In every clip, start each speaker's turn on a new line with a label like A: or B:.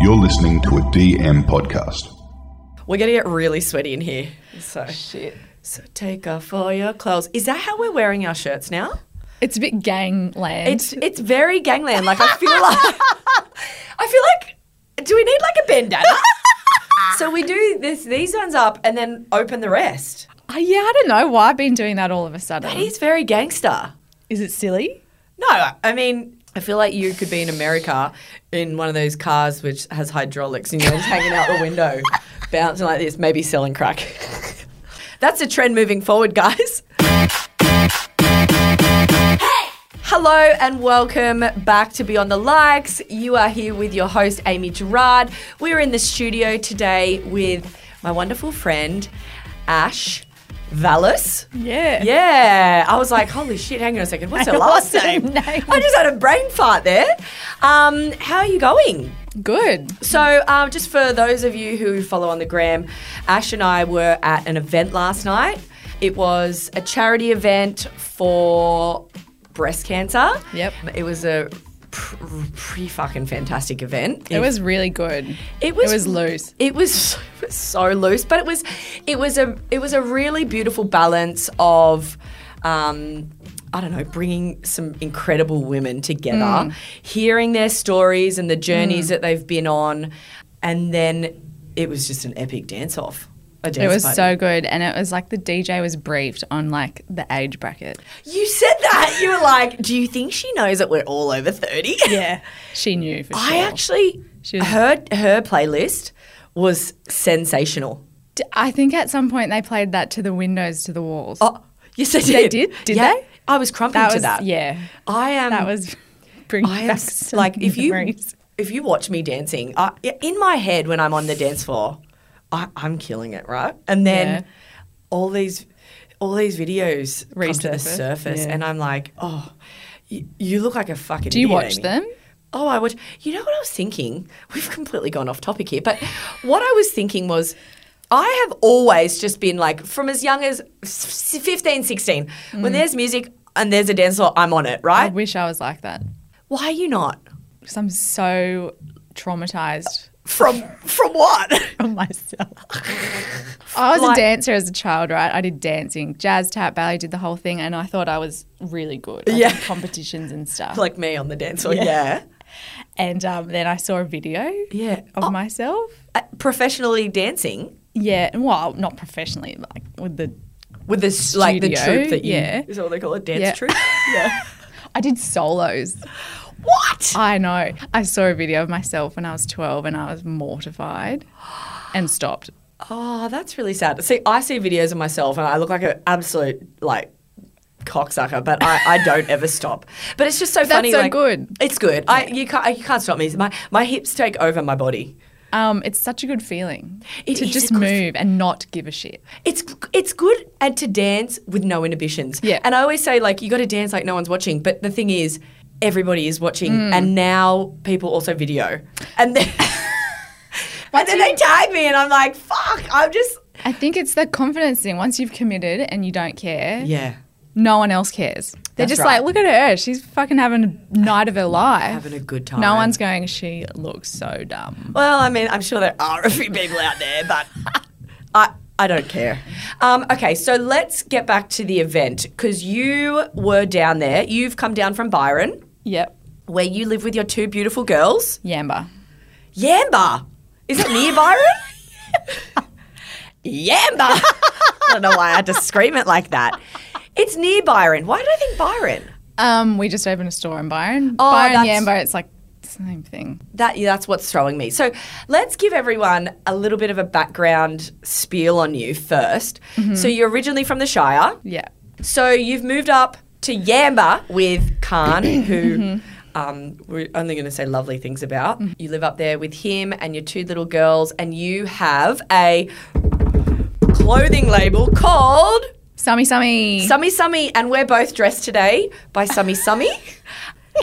A: You're listening to a DM podcast.
B: We're going to get really sweaty in here. So,
C: Shit.
B: so take off all your clothes. Is that how we're wearing our shirts now?
C: It's a bit gangland.
B: It's it's very gangland. Like I feel like I feel like do we need like a bandana? so we do this these ones up and then open the rest.
C: Uh, yeah, I don't know why I've been doing that all of a sudden.
B: That is very gangster.
C: Is it silly?
B: No, I mean I feel like you could be in America in one of those cars which has hydraulics and you're just hanging out the window, bouncing like this, maybe selling crack. That's a trend moving forward, guys. Hello and welcome back to Beyond the Likes. You are here with your host, Amy Gerard. We're in the studio today with my wonderful friend, Ash Vallis.
C: Yeah.
B: Yeah. I was like, holy shit, hang on a second. What's her last
C: What's her
B: name?
C: name?
B: I just had a brain fart there. Um, how are you going?
C: Good.
B: So, um, just for those of you who follow on the gram, Ash and I were at an event last night. It was a charity event for breast cancer.
C: Yep.
B: It was a pr- pretty fucking fantastic event.
C: It was really good.
B: It was,
C: it was loose.
B: It was, it was so loose, but it was it was a it was a really beautiful balance of. Um, I don't know, bringing some incredible women together,
C: Mm.
B: hearing their stories and the journeys that they've been on, and then it was just an epic dance off.
C: It was so good. And it was like the DJ was briefed on like the age bracket.
B: You said that you were like, "Do you think she knows that we're all over 30?
C: Yeah. She knew for
B: I
C: sure.
B: actually
C: She was-
B: heard her playlist was sensational.
C: D- I think at some point they played that to the windows, to the walls.
B: Oh, yes, they did.
C: They did? Did
B: yeah,
C: they?
B: I was crumping
C: that
B: to
C: was,
B: that.
C: yeah.
B: I um, am.
C: That was bringing
B: I am
C: back
B: s-
C: some
B: like if you
C: memories.
B: if you watch me dancing, I, in my head when I'm on the dance floor, I, I'm killing it, right? And then
C: Yeah.
B: all these all these videos come to the
C: Resurface,
B: surface,
C: yeah.
B: and I'm like, oh, you, you look like a fucking.
C: Do you
B: idiot,
C: watch
B: Amy."
C: them?
B: Oh, I watch. You know what I was thinking? We've completely gone off topic here, but what I was thinking was I have always just been like, from as young as s- 15, 16,
C: Mm.
B: when there's music and there's a dance floor, I'm on it,
C: I
B: right?
C: wish I was like that.
B: Why are you not?
C: Because I'm so traumatized
B: From from what?
C: from myself. I was
B: Like-
C: a dancer as a child, right? I did dancing, jazz, tap, ballet, did the whole thing, and I thought I was really good. I did
B: Yeah.
C: competitions and stuff.
B: like me on the dance floor, yeah.
C: and um, then I saw a video
B: Yeah.
C: of
B: Oh.
C: myself.
B: Uh, professionally dancing
C: Yeah, and well, not professionally, like with the.
B: with this like the
C: Studio,
B: troupe that you
C: yeah.
B: is that what they call it? Dance
C: Yeah.
B: troupe? Yeah.
C: I did solos.
B: what?
C: I know. I saw a video of myself when I was 12 and I was mortified and stopped.
B: Oh, that's really sad. See, I see videos of myself and I look like an absolute like cocksucker, but I, I don't ever stop. But it's just so funny.
C: so
B: like,
C: good.
B: It's good. I you can't you can't stop me. My my hips take over my body.
C: Um, it's such a good feeling
B: It
C: to
B: is a
C: just
B: good
C: move and not give a shit.
B: It's it's good and to dance with no inhibitions.
C: Yeah.
B: And I always say like you got to dance like no one's watching, but the thing is everybody is watching
C: Mm.
B: and now people also video. And then And then they tag me and I'm like, "Fuck, I'm just
C: I think it's the confidence thing. Once you've committed and you don't care,
B: yeah,
C: no one else cares. They're
B: That's
C: just
B: right.
C: like, look at her. She's fucking having a night of her life.
B: having a good time."
C: no one's going, she looks so dumb.
B: Well, I mean, I'm sure there are a few people out there, but I I don't care. Um, okay, so let's get back to the event because you were down there. You've come down from Byron,
C: Yep.
B: where you live with your two beautiful girls.
C: Yamba.
B: Yamba, is it near Byron? Yamba. I don't know why I had to scream it like that. It's near Byron. Why did I think Byron?
C: Um, we just opened a store in Byron.
B: Oh,
C: Byron
B: that's-
C: Yamba, it's like the same thing.
B: That yeah, that's what's throwing me. So let's give everyone a little bit of a background spiel on you 1st So you're originally from the Shire.
C: Yeah.
B: So you've moved up to Yamba with Khan, who um, we're only going to say lovely things about. You live up there with him and your two little girls, and you have a clothing label called
C: Summy Summy.
B: Summy Summy, and we're both dressed today by Summy Summy.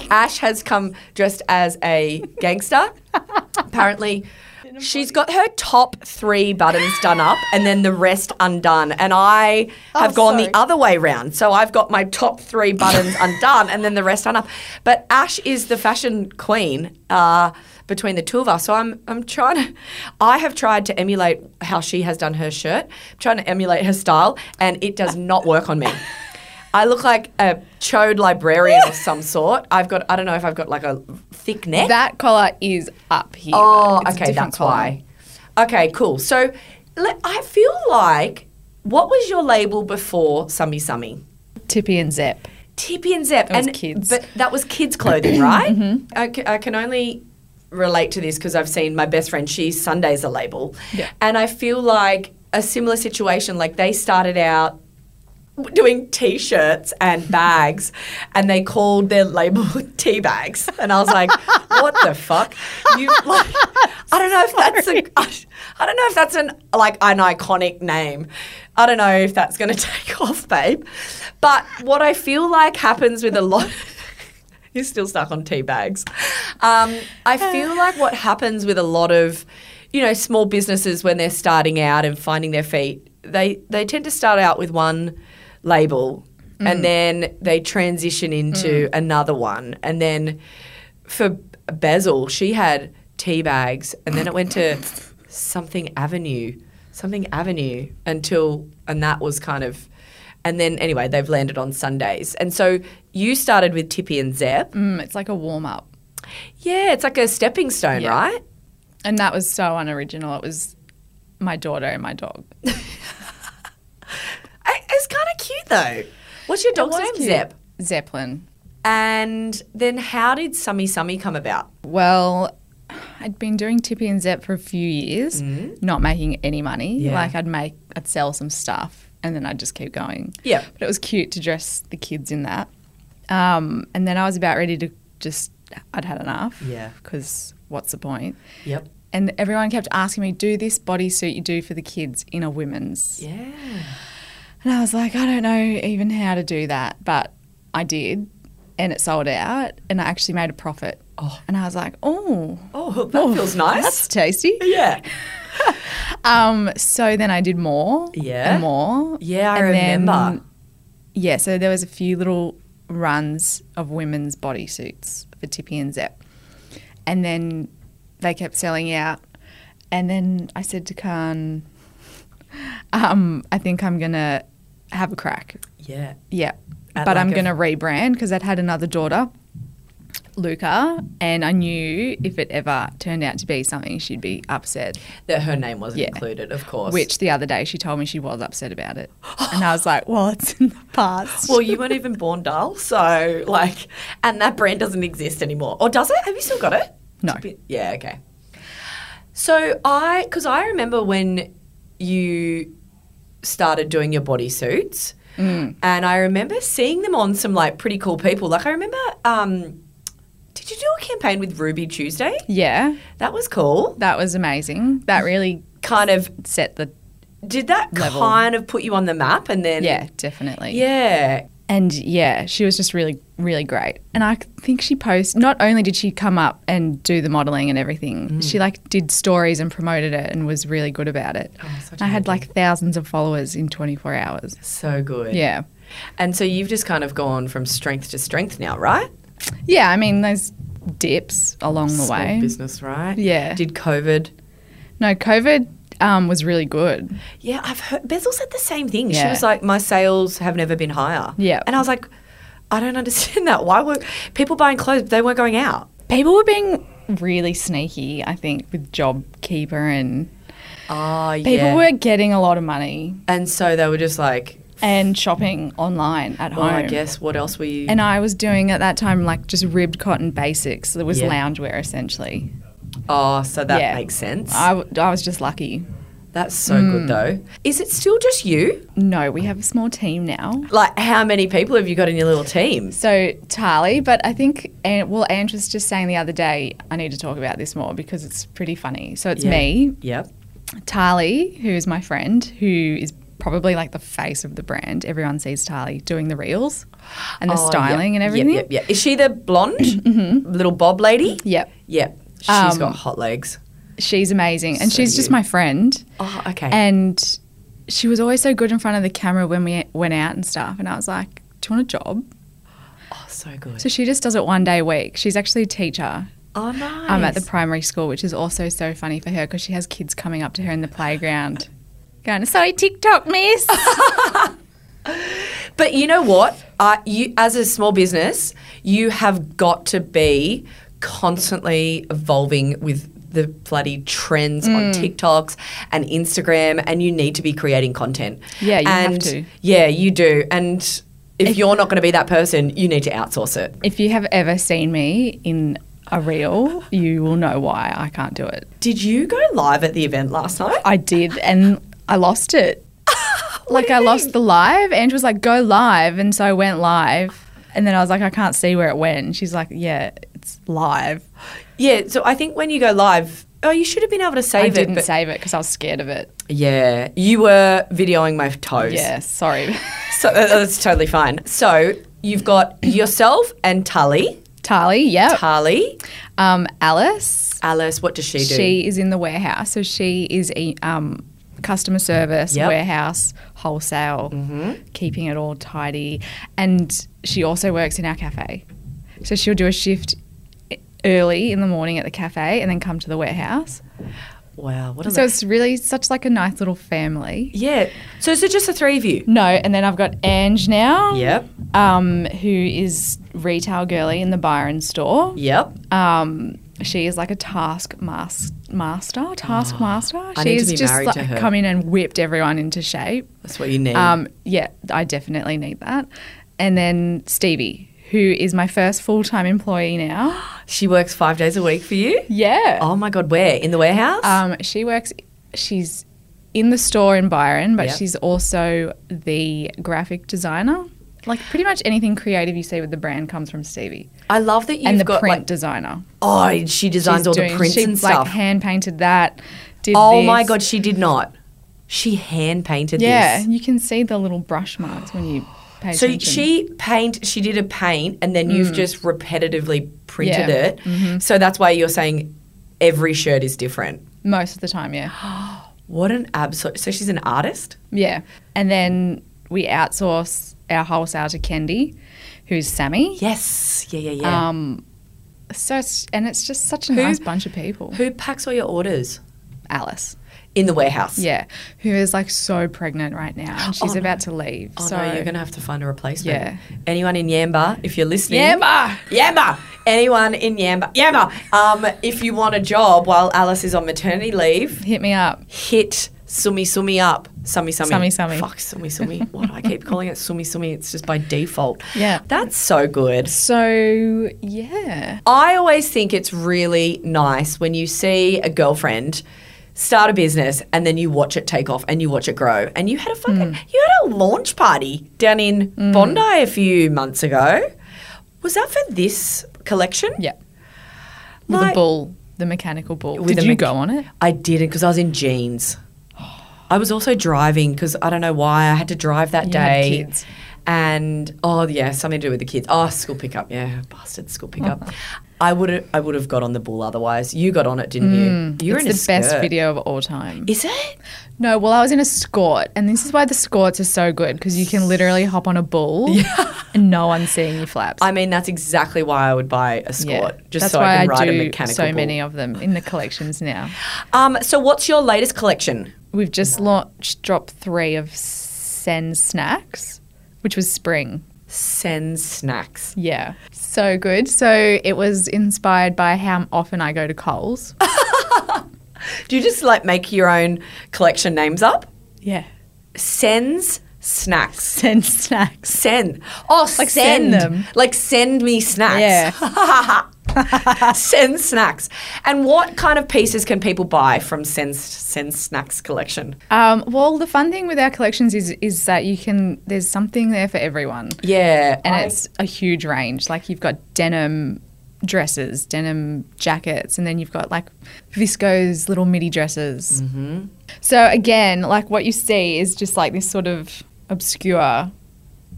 B: Ash has come dressed as a gangster. Apparently, she's got her top three buttons done up and then the rest undone. And I have gone
C: sorry.
B: the other way round. So I've got my top three buttons undone and then the rest undone. But Ash is the fashion queen. Uh, but between the two of us. So I'm I'm trying to I have tried to emulate how she has done her shirt, trying to emulate her style, and it does not work on me. I look like a chode librarian of some sort. I've got I don't know if I've got like a thick neck.
C: That collar is up here.
B: Oh,
C: It's a
B: okay,
C: different
B: that's
C: collar.
B: why. Okay, cool. So le- I feel like what was your label before Summy Summy?
C: Tippy and Zep.
B: Tippy and Zep.
C: It was
B: and,
C: kids. Mm-hmm.
B: But that was kids' clothing, right? I, ca- I can only relate to this because I've seen my best friend, she's Sunday's a label.
C: Yeah.
B: And I feel like a similar situation, like they started out doing t-shirts and bags and they called their label tea bags and i was like what the fuck you like i don't know if that's a i don't know if that's an like an iconic name i don't know if that's going to take off babe but what i feel like happens with a lot you're still stuck on tea bags um, i feel like what happens with a lot of you know small businesses when they're starting out and finding their feet they they tend to start out with one label and then they transition into another one and then for bezel she had tea bags and then it went to something avenue something avenue until and that was kind of and then anyway they've landed on sundays and so you started with tippy and zeb
C: Mm, it's like a warm up.
B: yeah it's like a stepping stone
C: Yeah.
B: right
C: And that was so unoriginal. It was my daughter and my dog.
B: I, it's kind of cute though what's your dog's
C: was
B: name
C: cute.
B: zeb
C: Zeppelin.
B: and then how did summy summy come about
C: Well, I'd been doing Tippy and Zep for a few years, not making any money.
B: Mm-hmm. Yeah.
C: Like I'd make, I'd sell some stuff, and then I'd just keep going.
B: Yeah.
C: But it was cute to dress the kids in that. Um, and then I was about ready to just, I'd had enough.
B: Yeah.
C: Because what's the point?
B: yep
C: And everyone kept asking me, do this bodysuit you do for the kids in a women's.
B: yeah
C: And I was like, I don't know even how to do that, but I did. And it sold out, and I actually made a profit. Oh. And I was like, oh,
B: oh that feels nice
C: that's tasty.
B: yeah
C: Um, so then I did more,
B: Yeah.
C: and more,
B: Yeah, I
C: and then-
B: remember.
C: yeah, so there was a few little runs of women's bodysuits for Tippy and Zep, and then they kept selling out. And then I said to Khan, um, I think I'm gonna have a crack.
B: yeah
C: Yeah.
B: At
C: but
B: like
C: I'm
B: a-
C: going to rebrand because I'd had another daughter, Luca, and I knew if it ever turned out to be something, she'd be upset.
B: that her name wasn't
C: Yeah.
B: included, of course.
C: Which the other day she told me she was upset about it. And I was like, well, it's in the past.
B: well, you weren't even born, doll. So, like, and that brand doesn't exist anymore, or does it? Have you still got it?
C: No.
B: Tippy- Yeah. Okay. So I, because I remember when you started doing your bodysuits,
C: Mm.
B: and I remember seeing them on some like pretty cool people. Like I remember, um, did you do a campaign with Ruby Tuesday?
C: yeah,
B: That was cool.
C: that was amazing.
B: Mm.
C: That really
B: Kind of
C: set the.
B: did that
C: Level.
B: kind of put you on the map, and then
C: Yeah, definitely.
B: yeah,
C: And yeah, she was just really, really great. And I think she posted, not only did she come up and do the modeling and everything,
B: Mm.
C: she like did stories and promoted it and was really good about it.
B: such
C: I had like thousands of followers in 24 hours.
B: so good.
C: Yeah.
B: And so you've just kind of gone from strength to strength now, right?
C: Yeah, I mean, those dips along the
B: Small
C: way.
B: business, right?
C: Yeah.
B: Did COVID?
C: No, COVID um, was really good.
B: Yeah, I've heard. Bezel said the same thing. She
C: Yeah.
B: was like, "My sales have never been higher."
C: Yeah.
B: And I was like, I don't understand that. Why were people buying clothes? They weren't going out.
C: People were being really sneaky, I think, with JobKeeper and
B: Oh,
C: people
B: yeah.
C: were getting a lot of money
B: and so they were just like,
C: and shopping online at
B: "Well,
C: home.
B: I guess what else were you?"
C: And I was doing at that time like just ribbed cotton basics. It was
B: Yeah.
C: loungewear essentially.
B: oh, so that
C: Yeah.
B: makes sense.
C: I, Mm. w- I was just lucky.
B: That's so good, though. Is it still just you?
C: No, we have a small team now.
B: Like, how many people have you got in your little team?
C: So Tali, but I think and well, Ange was just saying the other day I need to talk about this more because it's pretty funny. So it's
B: Yeah.
C: me,
B: Yep.
C: Tali, who is my friend, who is probably like the face of the brand. Everyone sees Tali doing the reels and the
B: Oh,
C: styling
B: yep,
C: and everything.
B: Yep, yep, yep. Is she the blonde little bob lady?
C: Yep.
B: Yep. She's
C: Um,
B: got hot legs.
C: She's amazing, and
B: So
C: she's just
B: you.
C: my friend.
B: Oh, okay.
C: and she was always so good in front of the camera when we went out and stuff. And I was like, "Do you want a job?"
B: oh, so good.
C: So she just does it one day a week. She's actually a teacher.
B: Oh, nice.
C: um, at the primary school, which is also so funny for her because she has kids coming up to her in the playground going, sorry, TikTok, miss.
B: But you know what? Uh, you, as a small business, you have got to be constantly evolving with the bloody trends on
C: Mm.
B: TikToks and Instagram, and you need to be creating content.
C: Yeah, you have
B: and,
C: to.
B: Yeah, you do. And if, you're not going to be that person, you need to outsource it.
C: if you have ever seen me in a reel, you will know why I can't do it.
B: Did you go live at the event last night?
C: I did, and I lost it. like I lost the live. Andrew was like, "Go live," and so I went live, and then I was like, "I can't see where it went." And she's like, "Yeah, it's live."
B: yeah. So I think when you go live, oh, you should have been able to save
C: I
B: it.
C: didn't
B: but-
C: save it because I was scared of it.
B: yeah, you were videoing my toes.
C: Yeah, sorry.
B: So uh, that's totally fine. So you've got yourself and Tully.
C: Tali, yeah.
B: Tully,
C: um, Alice,
B: Alice, what does she do?
C: she is in the warehouse, so she is a um, customer service
B: Yep. Mm-hmm.
C: warehouse wholesale, keeping it all tidy, and she also works in our cafe, so she'll do a shift e, early in the morning at the cafe and then come to the warehouse.
B: wow, what a
C: So it's really such like a nice little family.
B: yeah. So is it just the three of you?
C: No, and then I've got Ange now.
B: Yep.
C: Um, who is retail girly in the Byron store.
B: Yep.
C: Um, she is like a task mas- master, task master.
B: Ah, I need to
C: She's
B: be
C: just
B: married
C: like
B: to her.
C: come in and whipped everyone into shape.
B: That's what you need.
C: Um, yeah, I definitely need that. And then Stevie, who is my first full time employee now.
B: she works five days a week for you.
C: Yeah.
B: Oh my God, where in the warehouse?
C: Um, she works. She's in the store in Byron, but
B: Yep.
C: she's also the graphic designer. Like pretty much anything creative you see with the brand comes from Stevie,
B: I love that you've
C: and the
B: got
C: print designer.
B: like oh, she designs all the prints
C: she,
B: and
C: Like
B: stuff.
C: hand painted that. Did
B: oh my
C: this.
B: God, she did not. She hand painted
C: Yeah,
B: this.
C: you can see the little brush marks when you pay
B: So
C: attention. Mm.
B: she paint. She did a paint, and then you've just repetitively printed
C: Yeah. Mm-hmm.
B: it. So that's why you're saying every shirt is different.
C: most of the time, yeah,
B: What an absolute. So she's an artist.
C: yeah. And then we outsource our wholesale to Kendi, who's Sammy.
B: Yes. Yeah. Yeah. Yeah.
C: Um, so it's, and it's just such a nice bunch of people.
B: Who packs all your orders
C: Alice.
B: in the warehouse?
C: Yeah, who is like so pregnant right now. And she's about to leave.
B: Oh
C: so
B: no, you're going to have to find a replacement.
C: Yeah.
B: Anyone in Yamba, if you're listening.
C: Yamba!
B: Yamba! Anyone in Yamba. Yamba! Um, if you want a job while Alice is on maternity leave,
C: hit me up.
B: hit Sumi Sumi up. Sumi Sumi.
C: Sumi Sumi.
B: Fuck, Sumi Sumi. Why do I keep calling it Sumi Sumi? It's just by default.
C: Yeah.
B: That's so good.
C: So yeah,
B: I always think it's really nice when you see a girlfriend start a business and then you watch it take off and you watch it grow. And you had a fucking
C: Mm.
B: you had a launch party down in Bondi a few months ago. Was that for this collection?
C: yeah. With
B: Like-
C: the bull, the mechanical bull.
B: With
C: Did
B: a
C: you
B: mech-
C: go on it?
B: I didn't because I was in jeans. I was also driving because I don't know why I had to drive that
C: You had
B: day.
C: kids.
B: And oh yeah, something to do with the kids. Oh, school pickup. Yeah, bastard school pickup. I would have I would have got on the bull otherwise. You got on it, didn't you? You're
C: Mm. it's
B: in a
C: the best
B: skirt.
C: video of all time.
B: Is it?
C: No, well, I was in a skort, and this is why the skorts are so good because you can literally hop on a bull and no one's seeing your flaps.
B: I mean, that's exactly why I would buy a
C: Yeah.
B: Scott, just
C: That's
B: so
C: why
B: I can ride
C: do
B: a mechanical.
C: so
B: bull.
C: many of them in the collections now.
B: Um, so what's your latest collection?
C: We've just launched drop three of Sen Snacks, which was spring.
B: Send snacks.
C: Yeah. So good. So it was inspired by how often I go to Coles.
B: Do you just like make your own collection names up?
C: yeah.
B: Sends snacks.
C: Sen Snacks.
B: Send. Oh,
C: Like
B: send.
C: send them.
B: Like send me snacks. send snacks. And what kind of pieces can people buy from Send Send Snacks collection?
C: Um, well, the fun thing with our collections is is that you can there's something there for everyone.
B: Yeah,
C: and
B: I-
C: it's a huge range. Like you've got denim dresses, denim jackets, and then you've got like viscose little midi dresses. Mm-hmm. So again, like what you see is just like this sort of obscure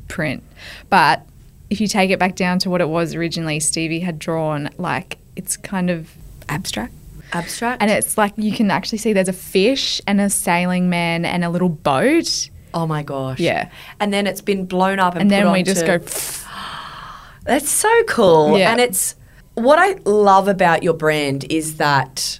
C: print, but if you take it back down to what it was originally, Stevie had drawn like it's kind of abstract.
B: abstract.
C: And it's like you can actually see there's a fish and a sailing man and a little boat.
B: oh my gosh.
C: Yeah.
B: And then it's been blown up, and,
C: And then
B: put
C: we
B: onto-
C: just go
B: That's so cool.
C: Yeah.
B: And it's what I love about your brand is that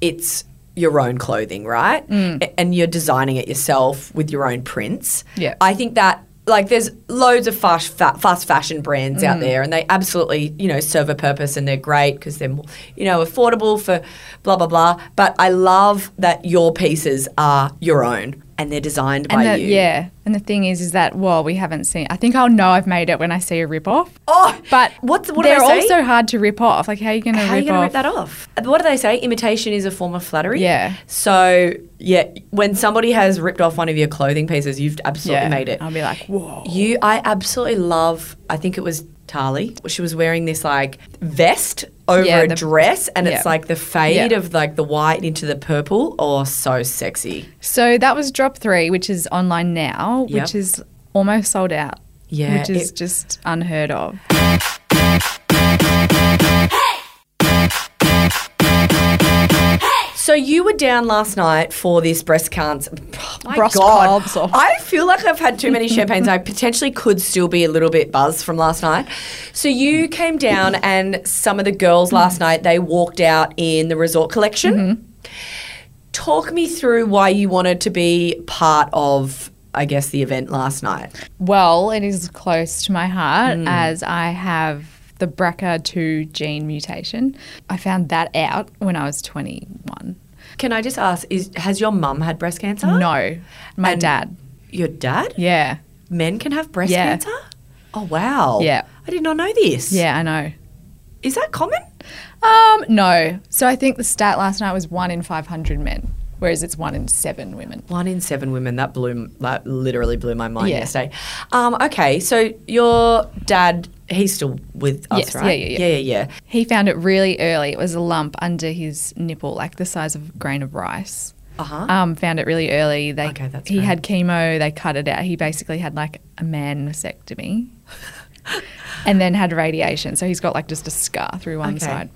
B: it's your own clothing, right?
C: Mm.
B: A- And you're designing it yourself with your own prints.
C: Yeah.
B: I think that like there's loads of fast fa- fast fashion brands
C: Mm.
B: out there and they absolutely, you know, serve a purpose and they're great because they're more, you know, affordable for blah blah blah, but I love that your pieces are your own and they're designed by
C: And the,
B: you.
C: yeah, and the thing is, is that well, we haven't seen. I think I'll know I've made it when I see a rip off.
B: Oh,
C: But
B: what's- what do
C: they're
B: they say?
C: also hard to rip off. Like, how are you going to rip
B: How are you going to rip
C: off?
B: that off? What do they say? Imitation is a form of flattery.
C: Yeah.
B: So, yeah, when somebody has ripped off one of your clothing pieces, you've absolutely
C: Yeah.
B: made it.
C: I'll be like, whoa.
B: You, I absolutely love, I think it was Tali. She was wearing this like vest over
C: Yeah,
B: a
C: the-
B: dress and it's
C: yeah.
B: like the fade
C: Yeah.
B: of like the white into the purple. Oh, so sexy.
C: So that was drop three, which is online now,
B: Yep.
C: which is almost sold out.
B: Yeah,
C: which is
B: it-
C: just unheard of.
B: So you were down last night for this breast cancer. My
C: Breast
B: God,
C: cancer.
B: I feel like I've had too many champagnes. I potentially could still be a little bit buzzed from last night. So you came down, and some of the girls last night they walked out in the resort collection.
C: Mm-hmm.
B: Talk me through why you wanted to be part of. I guess the event last night.
C: Well, it is close to my heart
B: Hmm.
C: as I have the BRCA2 gene mutation. I found that out when I was 21.
B: Can I just ask, is, has your mum had breast cancer?
C: No, my
B: And-
C: dad.
B: Your dad?
C: Yeah.
B: Men can have breast
C: Yeah.
B: cancer? Oh, wow.
C: Yeah.
B: I did not know this.
C: Yeah, I know.
B: Is that common?
C: Um, no. So I think the stat last night was one in 500 men, whereas it's one in seven women.
B: One in seven women. That blew that literally blew my mind
C: Yeah.
B: yesterday. Um, okay, so your dad, he's still with us,
C: Yes, yeah,
B: right?
C: yeah, yeah.
B: yeah, yeah,
C: He found it really early. It was a lump under his nipple, like the size of a grain of rice.
B: Uh-huh.
C: Um, found it really early. They,
B: Okay, that's
C: he
B: great.
C: had chemo. They cut it out. He basically had like a man vasectomy, and then had radiation. So he's got like just a scar through one
B: Okay.
C: side.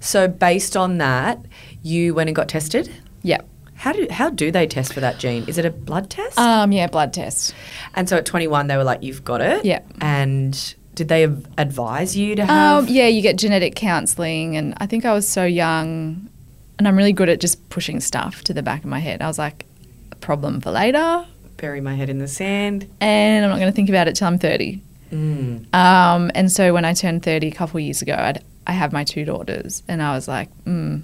B: So based on that, you went and got tested.
C: Yep.
B: How do how do they test for that gene? Is it a blood test?
C: Um, yeah. Blood test.
B: and so at 21, they were like, "You've got it."
C: Yeah.
B: And did they av- advise you to have?
C: Um, yeah. You get genetic counselling, and I think I was so young, and I'm really good at just pushing stuff to the back of my head. I was like, a problem for later.
B: bury my head in the sand.
C: and I'm not going to think about it till I'm 30. Um, and so when I turned 30 a couple of years ago, I'd, I have my two daughters, and I was like, mm,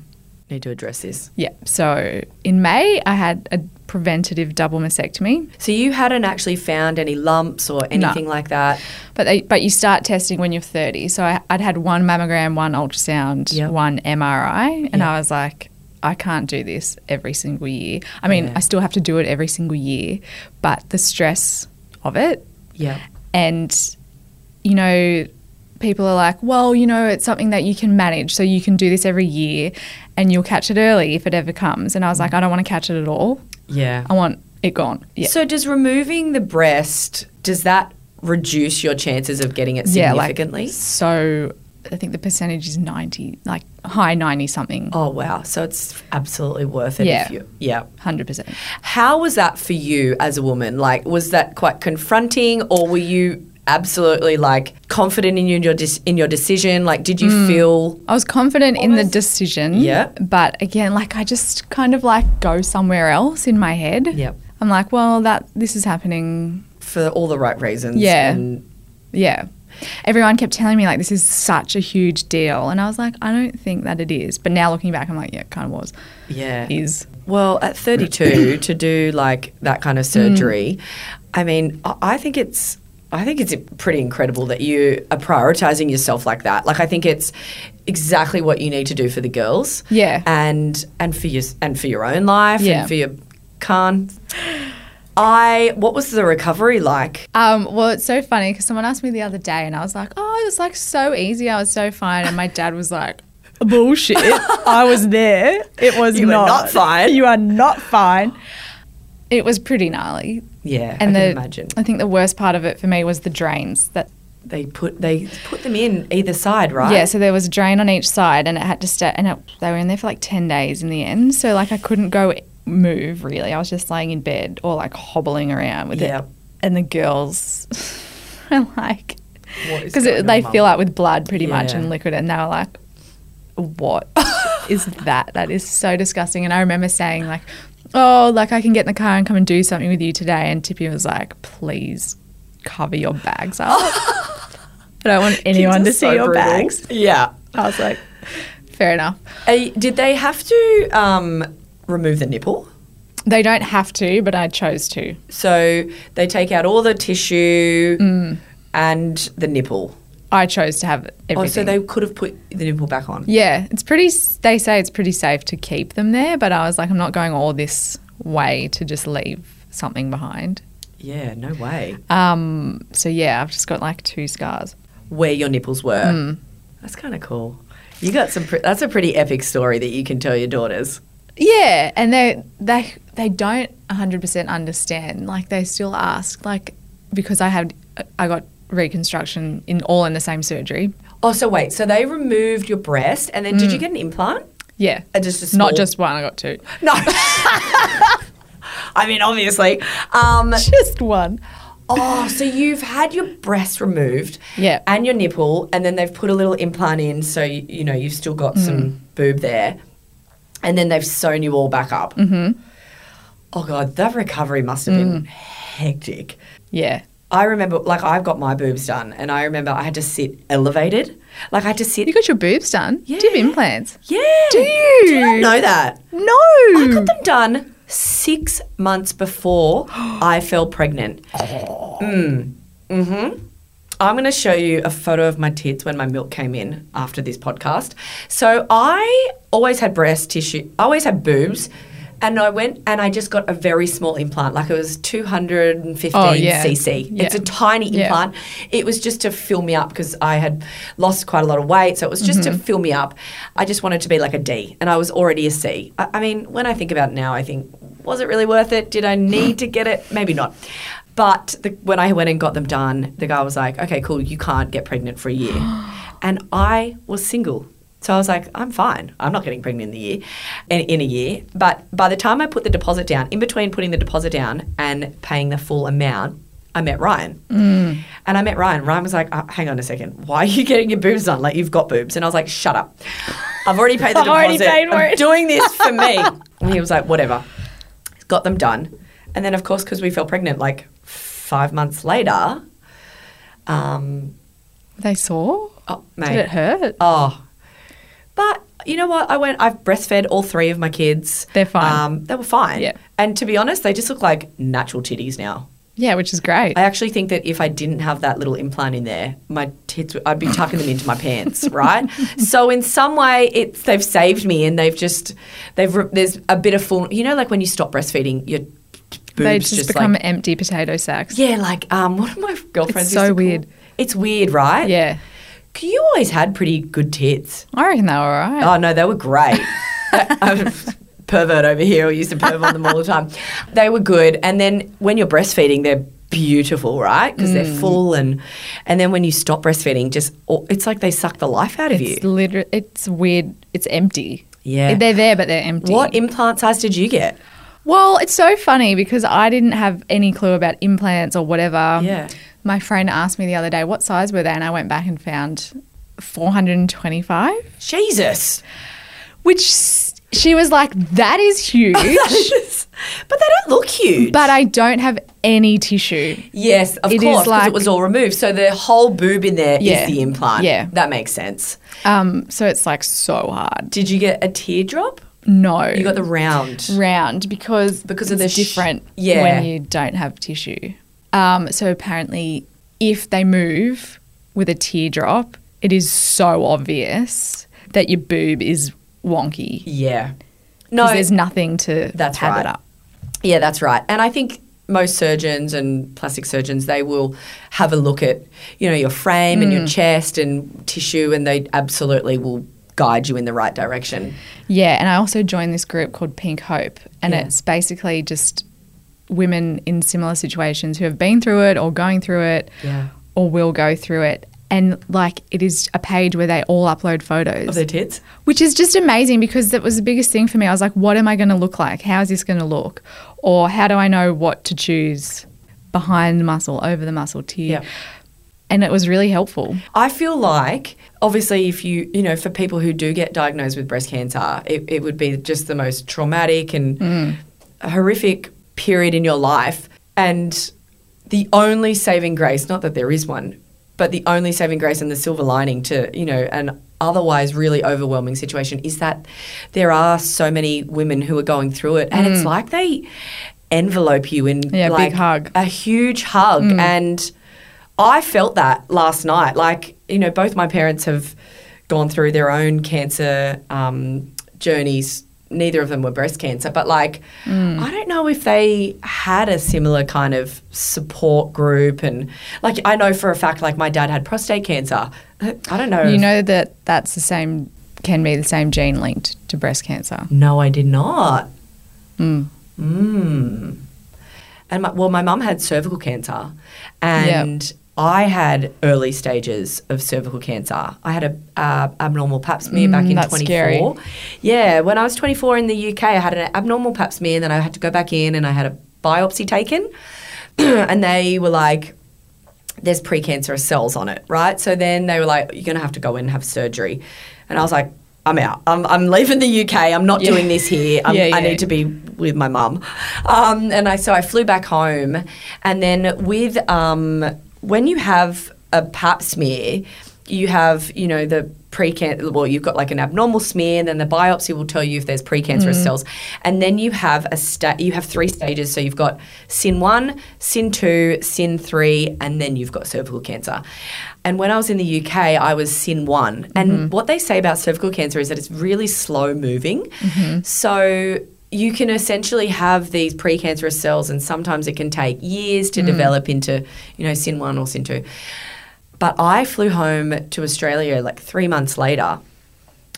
B: Need to address this.
C: yeah. So in May, I had a preventative double mastectomy,
B: So you hadn't actually found any lumps or anything like that.
C: but they, but you start testing when you're 30. So I, I'd had one mammogram, one ultrasound,
B: Yep.
C: one MRI, and I was like. I can't do this every single year. I mean, I still have to do it every single year, but the stress of it
B: Yeah.
C: and you know people are like well you know it's something that you can manage so you can do this every year and you'll catch it early if it ever comes and i was like i don't want to catch it at all
B: Yeah.
C: i want it gone yeah
B: So does removing the breast does that reduce your chances of getting it
C: yeah
B: significantly?
C: so i think the percentage is 90 like high 90 something
B: oh wow. So it's absolutely worth it
C: Yeah.
B: if you Yeah.
C: 100%
B: How was that for you as a woman? Like was that quite confronting or were you absolutely like confident in you- in your dis- in your decision? Like did
C: Mm.
B: you feel
C: I was confident in the decision.
B: Yeah.
C: But again, like I just kind of like go somewhere else in my head.
B: Yep.
C: I'm like, well, that this is happening.
B: for all the right reasons?
C: Yeah.
B: and-
C: Yeah. Everyone kept telling me like this is such a huge deal and I was like I don't think that it is. But now looking back I'm like yeah, it kind of was.
B: yeah.
C: Is.
B: Well, at 32 to do like that kind of
C: Mm.
B: surgery, I mean, I- I think it's I think it's pretty incredible that you are prioritizing yourself like that. Like I think it's exactly what you need to do for the girls.
C: Yeah.
B: And and for your and for your own life
C: Yeah.
B: and for your can I what was the recovery like?
C: Um, well, it's so funny because someone asked me the other day and I was like, oh, it was like so easy. I was so fine. And my dad was like, bullshit. I was there. It was
B: You were
C: not.
B: not fine.
C: You are not fine. It was pretty gnarly.
B: Yeah,
C: And
B: I
C: the,
B: can imagine.
C: I think the worst part of it for me was the drains that
B: They put they put them in either side, right?
C: Yeah, so there was a drain on each side, and it had to stay. And it, they were in there for like ten days in the end. So like I couldn't go move really. I was just laying in bed or like hobbling around with
B: Yeah.
C: it. And the girls are like,
B: What is
C: because
B: going
C: they
B: on, Mum?
C: fill up with blood pretty much
B: Yeah.
C: and liquid, and they were like, "What is that? That is so disgusting." And I remember saying like, "Oh, like I can get in the car and come and do something with you today," and Tippy was like, "Please cover your bags up. I don't want anyone to
B: Kids
C: see
B: are so
C: your
B: brutal.
C: bags."
B: Yeah.
C: I was like, "Fair enough."
B: Uh, did they have to um, remove the nipple?
C: They don't have to, but I chose to.
B: So they take out all the tissue and the nipple.
C: I chose to have everything.
B: Mm. Oh, so they could have put the nipple back on.
C: Yeah, it's pretty. s- They say it's pretty safe to keep them there, but I was like, I'm not going all this way to just leave something behind.
B: Yeah, no way.
C: Um, so yeah, I've just got like two scars.
B: Where your nipples were. That's kind of cool. You got some. Pre- that's a pretty epic story that you can tell your daughters.
C: Yeah, and they they they don't 100% understand. Like they still ask, like because I had I got reconstruction in all in the same surgery.
B: Oh, so wait. So they removed your breast, and then did you get an implant?
C: Yeah,
B: Uh, Mm. just a small-
C: not just one. I got two.
B: No. I mean, obviously. Um,
C: Just one.
B: oh, so you've had your breast removed,
C: Yeah.
B: and your nipple, and then they've put a little implant in, so you, you know you've still got some boob there, and then they've sewn you all back up. Mm-hmm. Oh god, that recovery must have been hectic.
C: Yeah,
B: I remember, like, I've got my boobs done, and I remember I had to sit elevated, like I had to sit.
C: you got your boobs done. Do you have
B: Yeah.
C: implants?
B: yeah.
C: Do you?
B: Did I know that?
C: No.
B: I got them done six months before I fell pregnant.
C: Oh.
B: Mm. hmm I'm going to show you a photo of my tits when my milk came in after this podcast. So I always had breast tissue, I always had boobs. And I went and I just got a very small implant, like it was 215
C: Oh, yeah.
B: cc. It's a
C: Yeah.
B: tiny
C: Yeah.
B: implant. It was just to fill me up because I had lost quite a lot of weight. So it was just to fill me up. I just wanted to be like a D, and I was already a C. I, I mean, when I think about it now, I think, was it really worth it? Did I need to get it? Maybe not. But the, when I went and got them done, the guy was like, okay, cool, you can't get pregnant for a year. And I was single. So I was like, I'm fine. I'm not getting pregnant in the year, in, in a year. But by the time I put the deposit down, in between putting the deposit down and paying the full amount, I met Ryan.
C: Mm.
B: And I met Ryan. Ryan was like, uh, hang on a second. Why are you getting your boobs done? Like, you've got boobs. And I was like, shut up. I've already paid the
C: I've
B: deposit.
C: already paid for
B: I'm
C: it."
B: doing this for me. and he was like, whatever. Got them done. And then, of course, because we fell pregnant like five months later, um,
C: They saw.
B: oh, mate.
C: Did it hurt?
B: Oh. But you know what? I went, I've breastfed all three of my kids.
C: They're fine.
B: Um, they were fine.
C: Yeah.
B: And to be honest, they just look like natural titties now.
C: Yeah, which is great.
B: I actually think that if I didn't have that little implant in there, my tits, would- I'd be tucking them into my pants, right? So in some way, it's they've saved me, and they've just they've re- there's a bit of full. You know, like when you stop breastfeeding, your boobs
C: they
B: just,
C: just, become
B: like
C: empty potato sacks.
B: yeah, like um, one of my girlfriends. used
C: It's so
B: to call-
C: weird.
B: It's weird, right?
C: Yeah.
B: You always had pretty good tits.
C: I reckon they were all right.
B: Oh no, they were great. Um, Pervert over here, I used to perv on them all the time. They were good, and then when you're breastfeeding, they're beautiful, right? Because they're
C: Mm.
B: full, and and then when you stop breastfeeding, just oh, it's like they suck the life out of
C: it's
B: you.
C: literally, it's weird. It's empty.
B: Yeah.
C: They're there, but they're empty.
B: What implant size did you get?
C: Well, it's so funny because I didn't have any clue about implants or whatever.
B: Yeah.
C: My friend asked me the other day, what size were they? And I went back and found 425,
B: Jesus,
C: which s- she was like, that is huge,
B: but they don't look huge.
C: but I don't have any tissue.
B: yes, of
C: It is
B: course, because it
C: like-
B: was all removed. So the whole boob in there is
C: Yeah.
B: the implant.
C: Yeah.
B: that makes sense.
C: Um, so it's like so hard.
B: Did you get a teardrop?
C: No.
B: You got the round.
C: round because
B: Because of
C: it's
B: the sh-
C: different
B: yeah.
C: when you don't have tissue. Um, so apparently, if they move with a teardrop, it is so obvious that your boob is wonky
B: Yeah. No,
C: because there's nothing to
B: That's
C: pad
B: right.
C: it up.
B: Yeah, that's right. And I think most surgeons and plastic surgeons they will have a look at you know your frame and your chest and tissue, and they absolutely will guide you in the right direction.
C: Yeah, and I also joined this group called Pink Hope, and
B: Yeah.
C: it's basically just women in similar situations who have been through it or going through it
B: Yeah.
C: or will go through it. And like it is a page where they all upload photos
B: Of their tits.
C: which is just amazing because that was the biggest thing for me. I was like, what am I going to look like? How is this going to look? Or how do I know what to choose behind the muscle, over the muscle, to
B: Yeah.
C: and it was really helpful.
B: I feel like, obviously, if you, you know, for people who do get diagnosed with breast cancer, it, it would be just the most traumatic and
C: Mm.
B: horrific period in your life. And the only saving grace, not that there is one, but the only saving grace and the silver lining to, you know, an otherwise really overwhelming situation is that there are so many women who are going through it. And it's like they envelope you in
C: Mm. Yeah, big
B: like,
C: hug.
B: a huge hug and i felt that last night like you know both my parents have gone through their own cancer um, journeys neither of them were breast cancer but like i don't know if they had a similar kind of support group and like i know for a fact like my dad had prostate cancer i don't know
C: You
B: if-
C: know that that's the same can be the same gene linked to breast cancer.
B: no i did not mm. and my, well, my mum had cervical cancer, and I had early stages of cervical cancer. I had a uh, abnormal Pap smear back in
C: Mm, that's
B: 24.
C: scary.
B: Yeah, when I was 24 in the UK, I had an abnormal Pap smear, and then I had to go back in, and I had a biopsy taken, and they were like. There's precancerous cells on it, right? So then they were like, "You're gonna have to go in and have surgery," and I was like, "I'm out. I'm, I'm leaving the UK. I'm not
C: Yeah.
B: doing this here. I'm,
C: Yeah,
B: I
C: yeah.
B: need to be with my mum. Um, and I so I flew back home, and then with um, when you have a Pap smear, you have you know the precancer. Well, you've got like an abnormal smear, and then the biopsy will tell you if there's precancerous cells, and then you have a sta- you have three stages. So you've got sin one, sin two, sin three, and then you've got cervical cancer. And when I was in the UK, I was sin one, and what they say about cervical cancer is that it's really slow moving. So you can essentially have these precancerous cells, and sometimes it can take years to develop into, you know, SIN one or SIN two. But I flew home to Australia like three months later,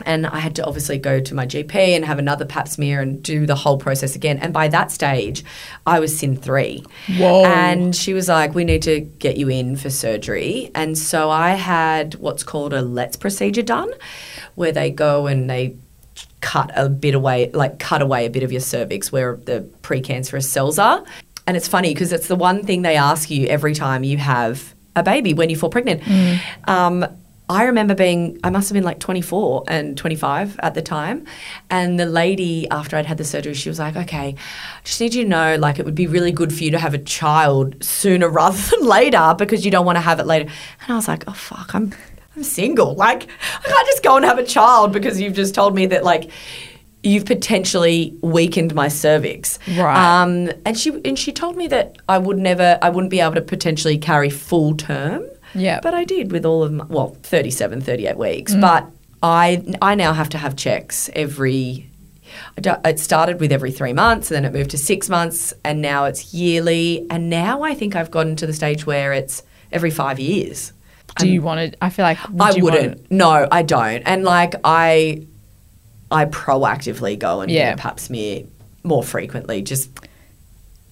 B: and I had to obviously go to my GP and have another Pap smear and do the whole process again. And by that stage, I was SIN three.
C: Whoa.
B: And she was like, "We need to get you in for surgery." And so I had what's called a Let's procedure done, where they go and they cut a bit away, like cut away a bit of your cervix where the precancerous cells are. And it's funny because it's the one thing they ask you every time you have a baby when you fall pregnant. Um, I remember being, I must have been like 24 and 25 at the time. And the lady, after I'd had the surgery, she was like, okay, just need you to know, like, it would be really good for you to have a child sooner rather than later because you don't want to have it later. And I was like, oh, fuck, I'm I'm single. Like, I can't just go and have a child because you've just told me that, like, you've potentially weakened my cervix.
C: Right.
B: Um, and she and she told me that I would never, I wouldn't be able to potentially carry full term.
C: Yeah. Mm.
B: But I did with all of my, well, 37, 38 weeks. But I, I now have to have checks every, I don't- it started with every three months and then it moved to six months and now it's yearly. And now I think I've gotten to the stage where it's every five years.
C: Do you want to? I feel like would
B: I
C: you want
B: wouldn't. No, I don't. And like I, I proactively go and
C: Yeah.
B: get a pap smear more frequently. Just
C: it?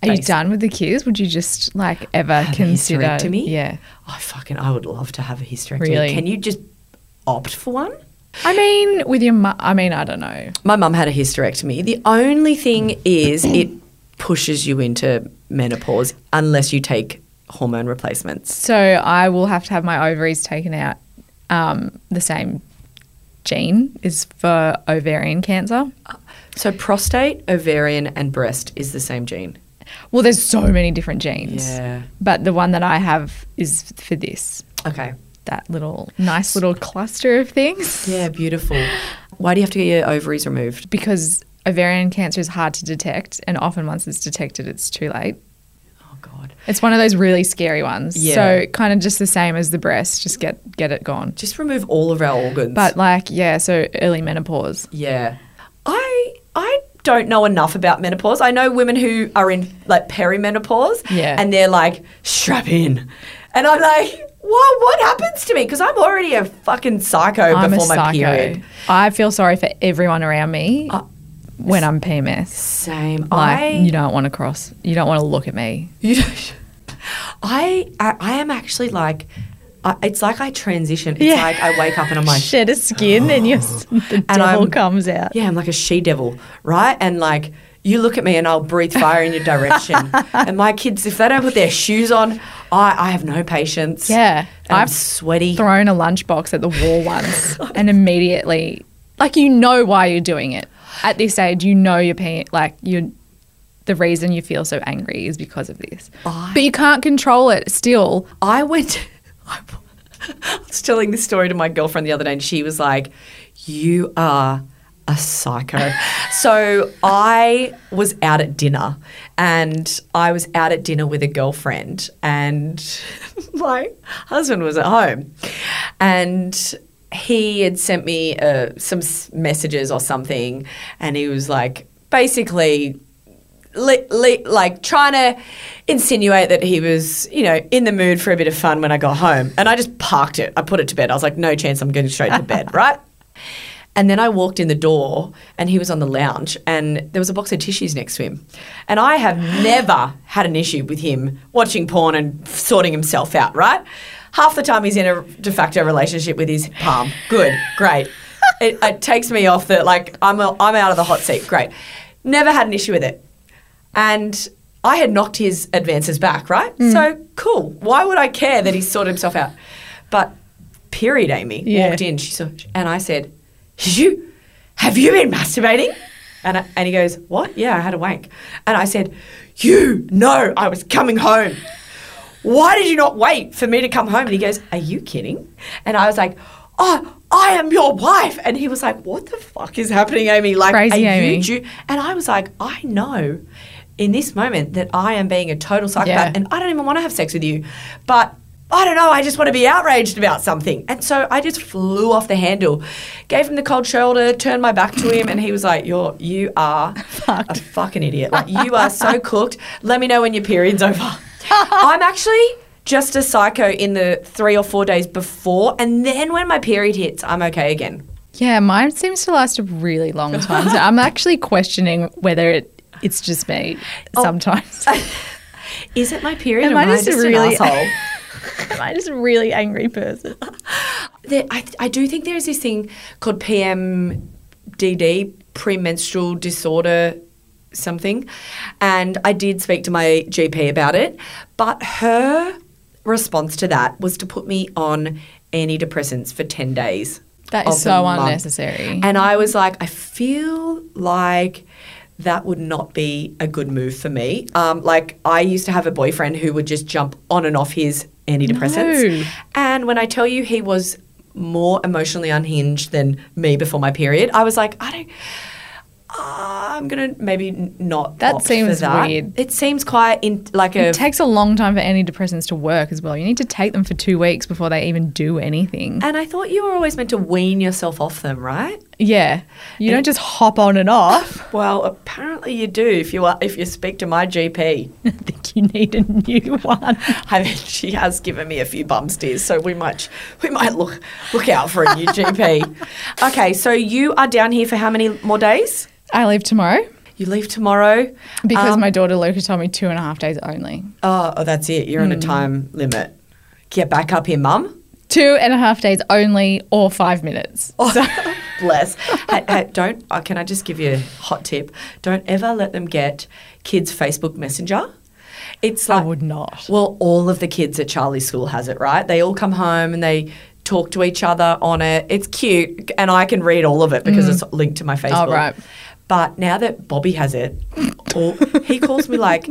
C: Are you
B: Based-
C: done with the kids? Would you just like ever
B: Have a
C: consider?
B: hysterectomy?
C: Yeah.
B: I fucking I would love to have a hysterectomy.
C: Really?
B: Can you just opt for one?
C: I mean, with your mu- I mean, I don't know.
B: My mum had a hysterectomy. The only thing is it pushes you into menopause unless you take hormone replacements.
C: So I will have to have my ovaries taken out. Um, the same gene is for ovarian cancer.
B: So prostate, ovarian and breast is the same gene.
C: Well, there's so many different genes.
B: Yeah.
C: But the one that I have is for this.
B: Okay.
C: That little nice little cluster of things.
B: Yeah, beautiful. Why do you have to get your ovaries removed?
C: Because ovarian cancer is hard to detect, and often once it's detected, it's too late.
B: Oh god.
C: It's one of those really scary ones.
B: Yeah.
C: So kind of just the same as the breast, just get get it gone.
B: Just remove all of our organs.
C: But like, yeah, so early menopause.
B: yeah, I I don't know enough about menopause. I know women who are in like perimenopause,
C: Yeah.
B: and they're like strap in, and I'm like, what what happens to me? Because I'm already a fucking psycho
C: I'm a
B: before my
C: psycho.
B: period.
C: I feel sorry for everyone around me when I'm PMS.
B: Same.
C: Like,
B: I
C: you don't want to cross. You don't want to look at me.
B: You don't. I, I I am actually like I, it's like I transition. It's like I wake up and I'm like,
D: shed a skin and you're, the
B: and
D: devil
B: I'm-
D: comes out.
B: Yeah, I'm like a she devil, right? And like you look at me and I'll breathe fire in your direction. and my kids, if they don't put their shoes on, I, I have no patience.
D: Yeah.
B: And I'm
D: I've
B: sweaty.
D: Thrown a lunchbox at the wall once and immediately, like, you know why you're doing it. At this age, you know you're paying, like, you're. The reason you feel so angry is because of this. but you can't control it still.
B: I went. I was telling this story to my girlfriend the other day, and she was like, "You are a psycho." so I was out at dinner, and I was out at dinner with a girlfriend, and my husband was at home, and. He had sent me uh, some s- messages or something, and he was like, basically, li- li- like trying to insinuate that he was, you know, in the mood for a bit of fun when I got home. And I just parked it. I put it to bed. I was like, no chance I'm getting straight to bed, right? And then I walked in the door and he was on the lounge and there was a box of tissues next to him. And I have never had an issue with him watching porn and sorting himself out, right? Half the time he's in a de facto relationship with his palm. Good, great. It, it takes me off the, like, I'm, a, I'm out of the hot seat, great. Never had an issue with it and I had knocked his advances back, right?
D: Mm.
B: So cool. Why would I care that he sorted himself out? But period, Amy
D: Yeah.
B: walked in. She saw, and I said, "Did you? Have you been masturbating?" And I, and he goes, "What? Yeah, I had a wank." And I said, "You know, I was coming home." Why did you not wait for me to come home? And he goes, Are you kidding? And I was like, Oh, I am your wife. And he was like, What the fuck is happening, Amy? Like,
D: Crazy,
B: are
D: Amy.
B: you Jew? And I was like, I know in this moment that I am being a total psychopath
D: Yeah.
B: and I don't even want to have sex with you. But I don't know, I just want to be outraged about something. And so I just flew off the handle, gave him the cold shoulder, turned my back to him, and he was like, You're you are a fucking idiot. Like you are so cooked. Let me know when your period's over. I'm actually just a psycho in the three or four days before, and then when my period hits, I'm okay again.
D: Yeah, mine seems to last a really long time. So I'm actually questioning whether it it's just me sometimes.
B: Is it my period?
D: Am Oh.
B: or
D: I just a really-
B: an asshole?
D: Am I just a really angry person?
B: there, I, I do think there is this thing called PMDD, premenstrual disorder something. And I did speak to my GP about it, but her response to that was to put me on antidepressants for 10 days.
D: That is
B: of the
D: so
B: month.
D: unnecessary.
B: And I was like, I feel like that would not be a good move for me. Um, like, I used to have a boyfriend who would just jump on and off his antidepressants.
D: No.
B: And when I tell you he was more emotionally unhinged than me before my period, I was like, I don't. uh, I'm gonna maybe n- not.
D: That
B: opt for
D: seems
B: that.
D: weird.
B: It seems quite in like a
D: It takes a long time for antidepressants to work as well. You need to take them for two weeks before they even do anything.
B: and I thought you were always meant to wean yourself off them, right?
D: Yeah. You don't just hop on and off.
B: Well, apparently you do if you are, if you speak to my GP.
D: I think you need a new one.
B: I mean, she has given me a few bum steers, so we might we might look look out for a new GP. Okay, so you are down here for how many more days?
D: I leave tomorrow
B: You leave tomorrow
D: because
B: Um,
D: my daughter Luca told me two and a half days only.
B: oh, oh, that's it. You're on a time limit. Get back up here, mum.
D: Two and a half days only or five minutes.
B: Bless. Hey, hey, don't. Uh, can I just give you a hot tip? Don't ever let them get kids' Facebook Messenger. It's like
D: I would not.
B: Well, all of the kids at Charlie's school has it, right? They all come home and they talk to each other on it. It's cute, and I can read all of it because it's linked to my Facebook.
D: Mm. right.
B: But now that Bobby has it, all, he calls me like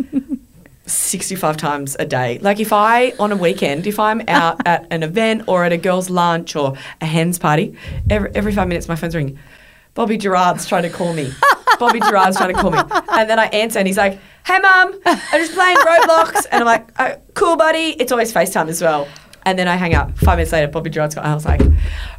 B: 65 times a day. Like if I on a weekend, if I'm out at an event or at a girls' lunch or a hen's party, every, every five minutes my phone's ringing. Bobby Gerard's trying to call me. Bobby Gerard's trying to call me, and then I answer, and he's like, "Hey, mum, I'm just playing Roblox," and I'm like, oh, "Cool, buddy." It's always FaceTime as well. And then I hang up. Five minutes later, Bobby Gerard's gone. I was like,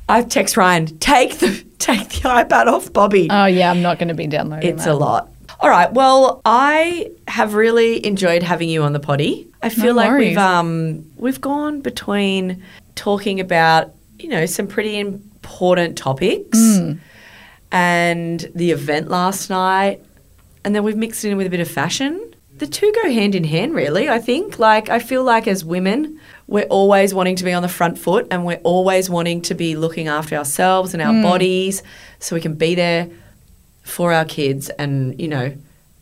B: I text Ryan, take the take the iPad off, Bobby.
D: Oh, yeah, I'm not going to be downloading
B: It's
D: that.
B: a lot. All right. Well, I have really enjoyed having you on the potty. I feel like
D: worries.
B: we've um we've gone between talking about you know some pretty important topics
C: Mm.
B: and the event last night, and then we've mixed it in with a bit of fashion. The two go hand in hand, really. I think. Like I feel like as women, we're always wanting to be on the front foot and we're always wanting to be looking after ourselves and our
C: Mm.
B: bodies so we can be there for our kids and, you know,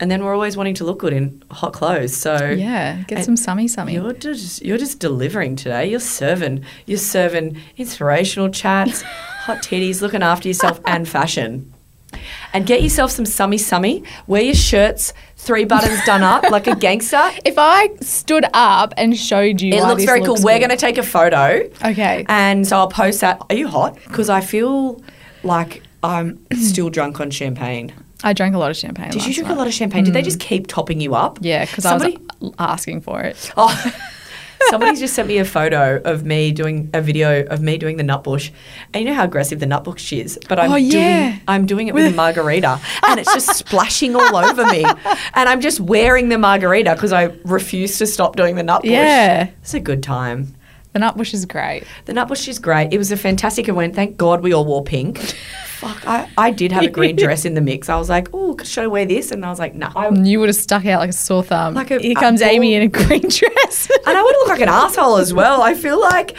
B: and then we're always wanting to look good in hot clothes. So
C: Yeah, get
B: And
C: some summy summy.
B: You're just you're just delivering today. You're serving you're serving inspirational chats, hot titties, looking after yourself and fashion. And get yourself some summy summy. Wear your shirts three buttons done up like a gangster.
C: If I stood up and showed you,
B: It
C: why
B: looks
C: this
B: very cool.
C: looks
B: We're
C: good-
B: going to take a photo.
C: Okay.
B: And so I'll post that. Are you hot? Because I feel like I'm still drunk on champagne. Mm.
C: I drank a lot of champagne.
B: Did you drink a lot of champagne? Did they just keep topping you up?
C: Yeah, because I was
B: Somebody-
C: a- asking for it.
B: Oh, somebody just sent me a photo of me doing a video of me doing the nut bush, and you know how aggressive the nut bush is. But I'm
C: Oh, yeah.
B: doing I'm doing it with a margarita, and it's just splashing all over me, and I'm just wearing the margarita because I refuse to stop doing the nut bush.
C: Yeah.
B: it's a good time.
C: The nut bush is great.
B: The nut bush is great. It was a fantastic event. Thank God we all wore pink. Fuck, I, I did have a green dress in the mix. I was like, oh, should I wear this? And I was like, no. Nah.
C: And You would have stuck out like a sore thumb.
B: Like a-
C: Here comes
B: a ball-
C: Amy in a green dress.
B: and I would look like an asshole as well. I feel like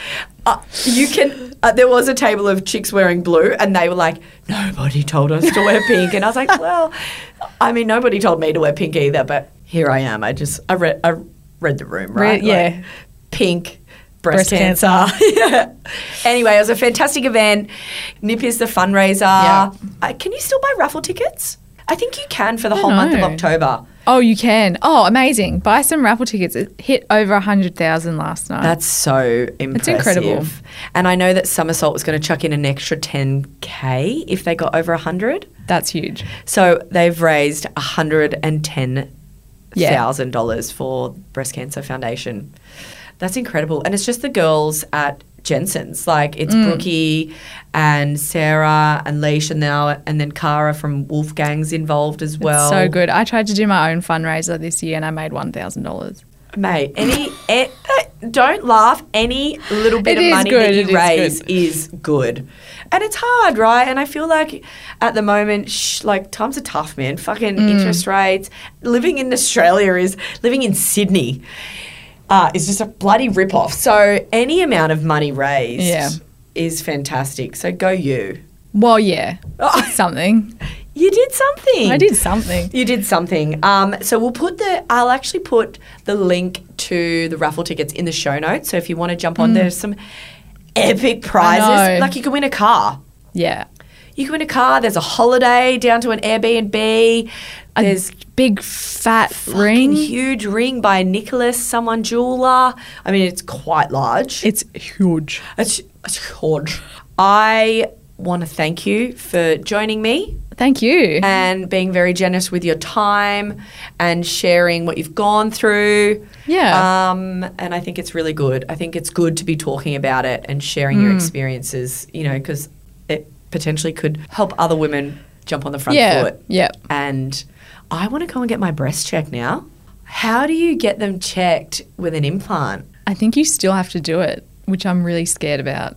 B: uh, you can. Uh, there was a table of chicks wearing blue, and they were like, "Nobody told us to wear pink," and I was like, "Well, I mean, nobody told me to wear pink either." But here I am. I just I read I read the room right.
C: Read- yeah.
B: pink. Breast,
C: Breast cancer.
B: cancer. yeah. Anyway, it was a fantastic event. NIP is the fundraiser.
C: Yeah.
B: Uh, can you still buy raffle tickets? I think you can for the
C: I
B: whole month of
C: know.
B: October.
C: oh, you can. Oh, amazing. Buy some raffle tickets. It hit over 100,000 last night.
B: That's so impressive.
C: incredible.
B: And I know that Somersault was going to chuck in an extra 10k if they got over 100.
C: That's huge.
B: So they've raised 110
C: Yeah.
B: thousand dollars for Breast Cancer Foundation. That's incredible, and it's just the girls at Jensen's. Like it's
C: Mm.
B: Brookie and Sarah and Leisha now, and then Cara from Wolfgang's involved as well.
C: so good. I tried to do my own fundraiser this year and I made $1,000.
B: Mate, any eh, eh, don't laugh. Any little bit
C: It
B: of
C: is
B: money
C: good,
B: that you
C: it is
B: raise
C: good.
B: is good, and it's hard, right? And I feel like at the moment, shh, like times are tough, man. Fucking
C: Mm.
B: interest rates. Living in Australia is living in Sydney uh, is just a bloody rip off. So any amount of money raised
C: Yeah.
B: is fantastic. So go you.
C: Well, yeah.
B: Oh.
C: It's something.
B: You did something.
C: I did something.
B: You did something. Um, so we'll put the. I'll actually put the link to the raffle tickets in the show notes. So if you want to jump on, there's some epic prizes.
C: Hmm. know.
B: Like you can win a car.
C: Yeah.
B: You can win a car. There's a holiday down to an Airbnb. There's
C: Big fat
B: a
C: ring.
B: huge ring by Nicholas, someone jeweler. I mean, it's quite large.
C: It's huge.
B: It's, it's huge. I want to thank you for joining me.
C: Thank you.
B: and being very generous with your time and sharing what you've gone through.
C: Yeah.
B: Um, and I think it's really good. I think it's good to be talking about it and sharing
C: Mm.
B: your experiences, you know, because it potentially could help other women jump on the front
C: Yeah,
B: foot.
C: yep.
B: And I want to go and get my breast checked now. How do you get them checked with an implant?
C: I think you still have to do it, which I'm really scared about.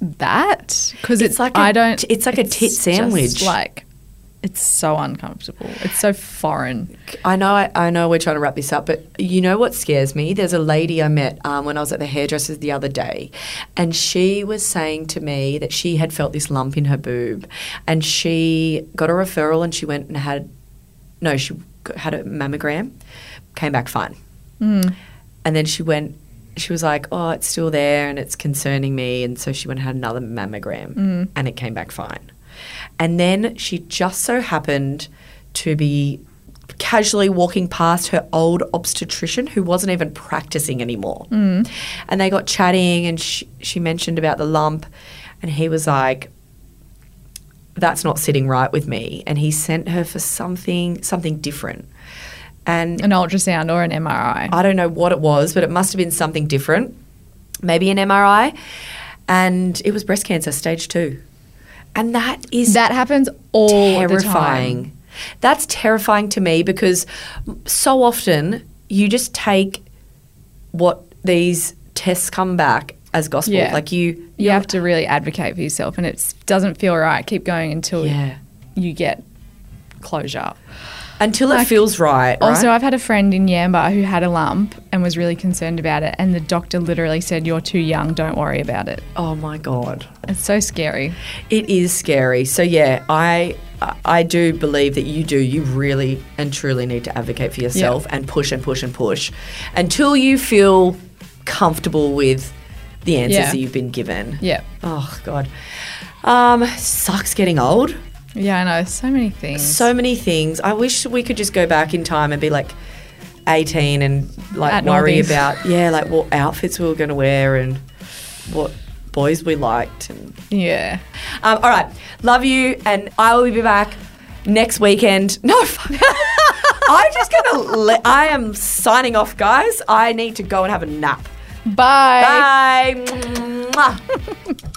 C: That because it's,
B: like
C: like
B: a-
C: I don't.
B: it's like a tit
C: just
B: sandwich.
C: like it's so uncomfortable. It's so foreign.
B: I know, I, I know we're trying to wrap this up, but you know what scares me? There's a lady I met um, when I was at the hairdresser's the other day, and she was saying to me that she had felt this lump in her boob, and she got a referral and she went and had, no, she got- had a mammogram, came back fine, and then she went. She was like, "Oh, it's still there, and it's concerning me." And so she went and had another mammogram, and it came back fine. And then she just so happened to be casually walking past her old obstetrician who wasn't even practicing anymore. And they got chatting, and she, she mentioned about the lump, and he was like, "That's not sitting right with me." And he sent her for something something different. And
C: An ultrasound or an MRI.
B: I don't know what it was, but it must have been something different, maybe an MRI. And it was breast cancer, stage two. And that is
C: that happens all
B: terrifying.
C: the time.
B: That's terrifying to me because so often you just take what these tests come back as gospel.
C: Yeah.
B: Like you,
C: You have to really advocate for yourself, and it doesn't feel right. Keep going until
B: yeah.
C: you get closure.
B: Until it feels right, right?
C: Also, I've had a friend in Yamba who had a lump and was really concerned about it, and the doctor literally said, "You're too young. Don't worry about it."
B: oh my god.
C: It's so scary.
B: It is scary. So yeah, I I do believe that you do. You really and truly need to advocate for yourself and push and push and push until you feel comfortable with the answers
C: Yeah.
B: that you've been given.
C: Yeah.
B: Oh god. Um, sucks getting old.
C: Yeah, I know. So many things.
B: So many things. I wish we could just go back in time and be like 18 and like
C: At
B: worry
C: Maldives.
B: about yeah, like what outfits we were going to wear and what boys we liked and
C: yeah.
B: um, all right. Love you. And I will be back next weekend. No, fuck. I'm just going to. Le- I am signing off, guys. I need to go and have a nap.
C: Bye.
B: Bye. Mwah.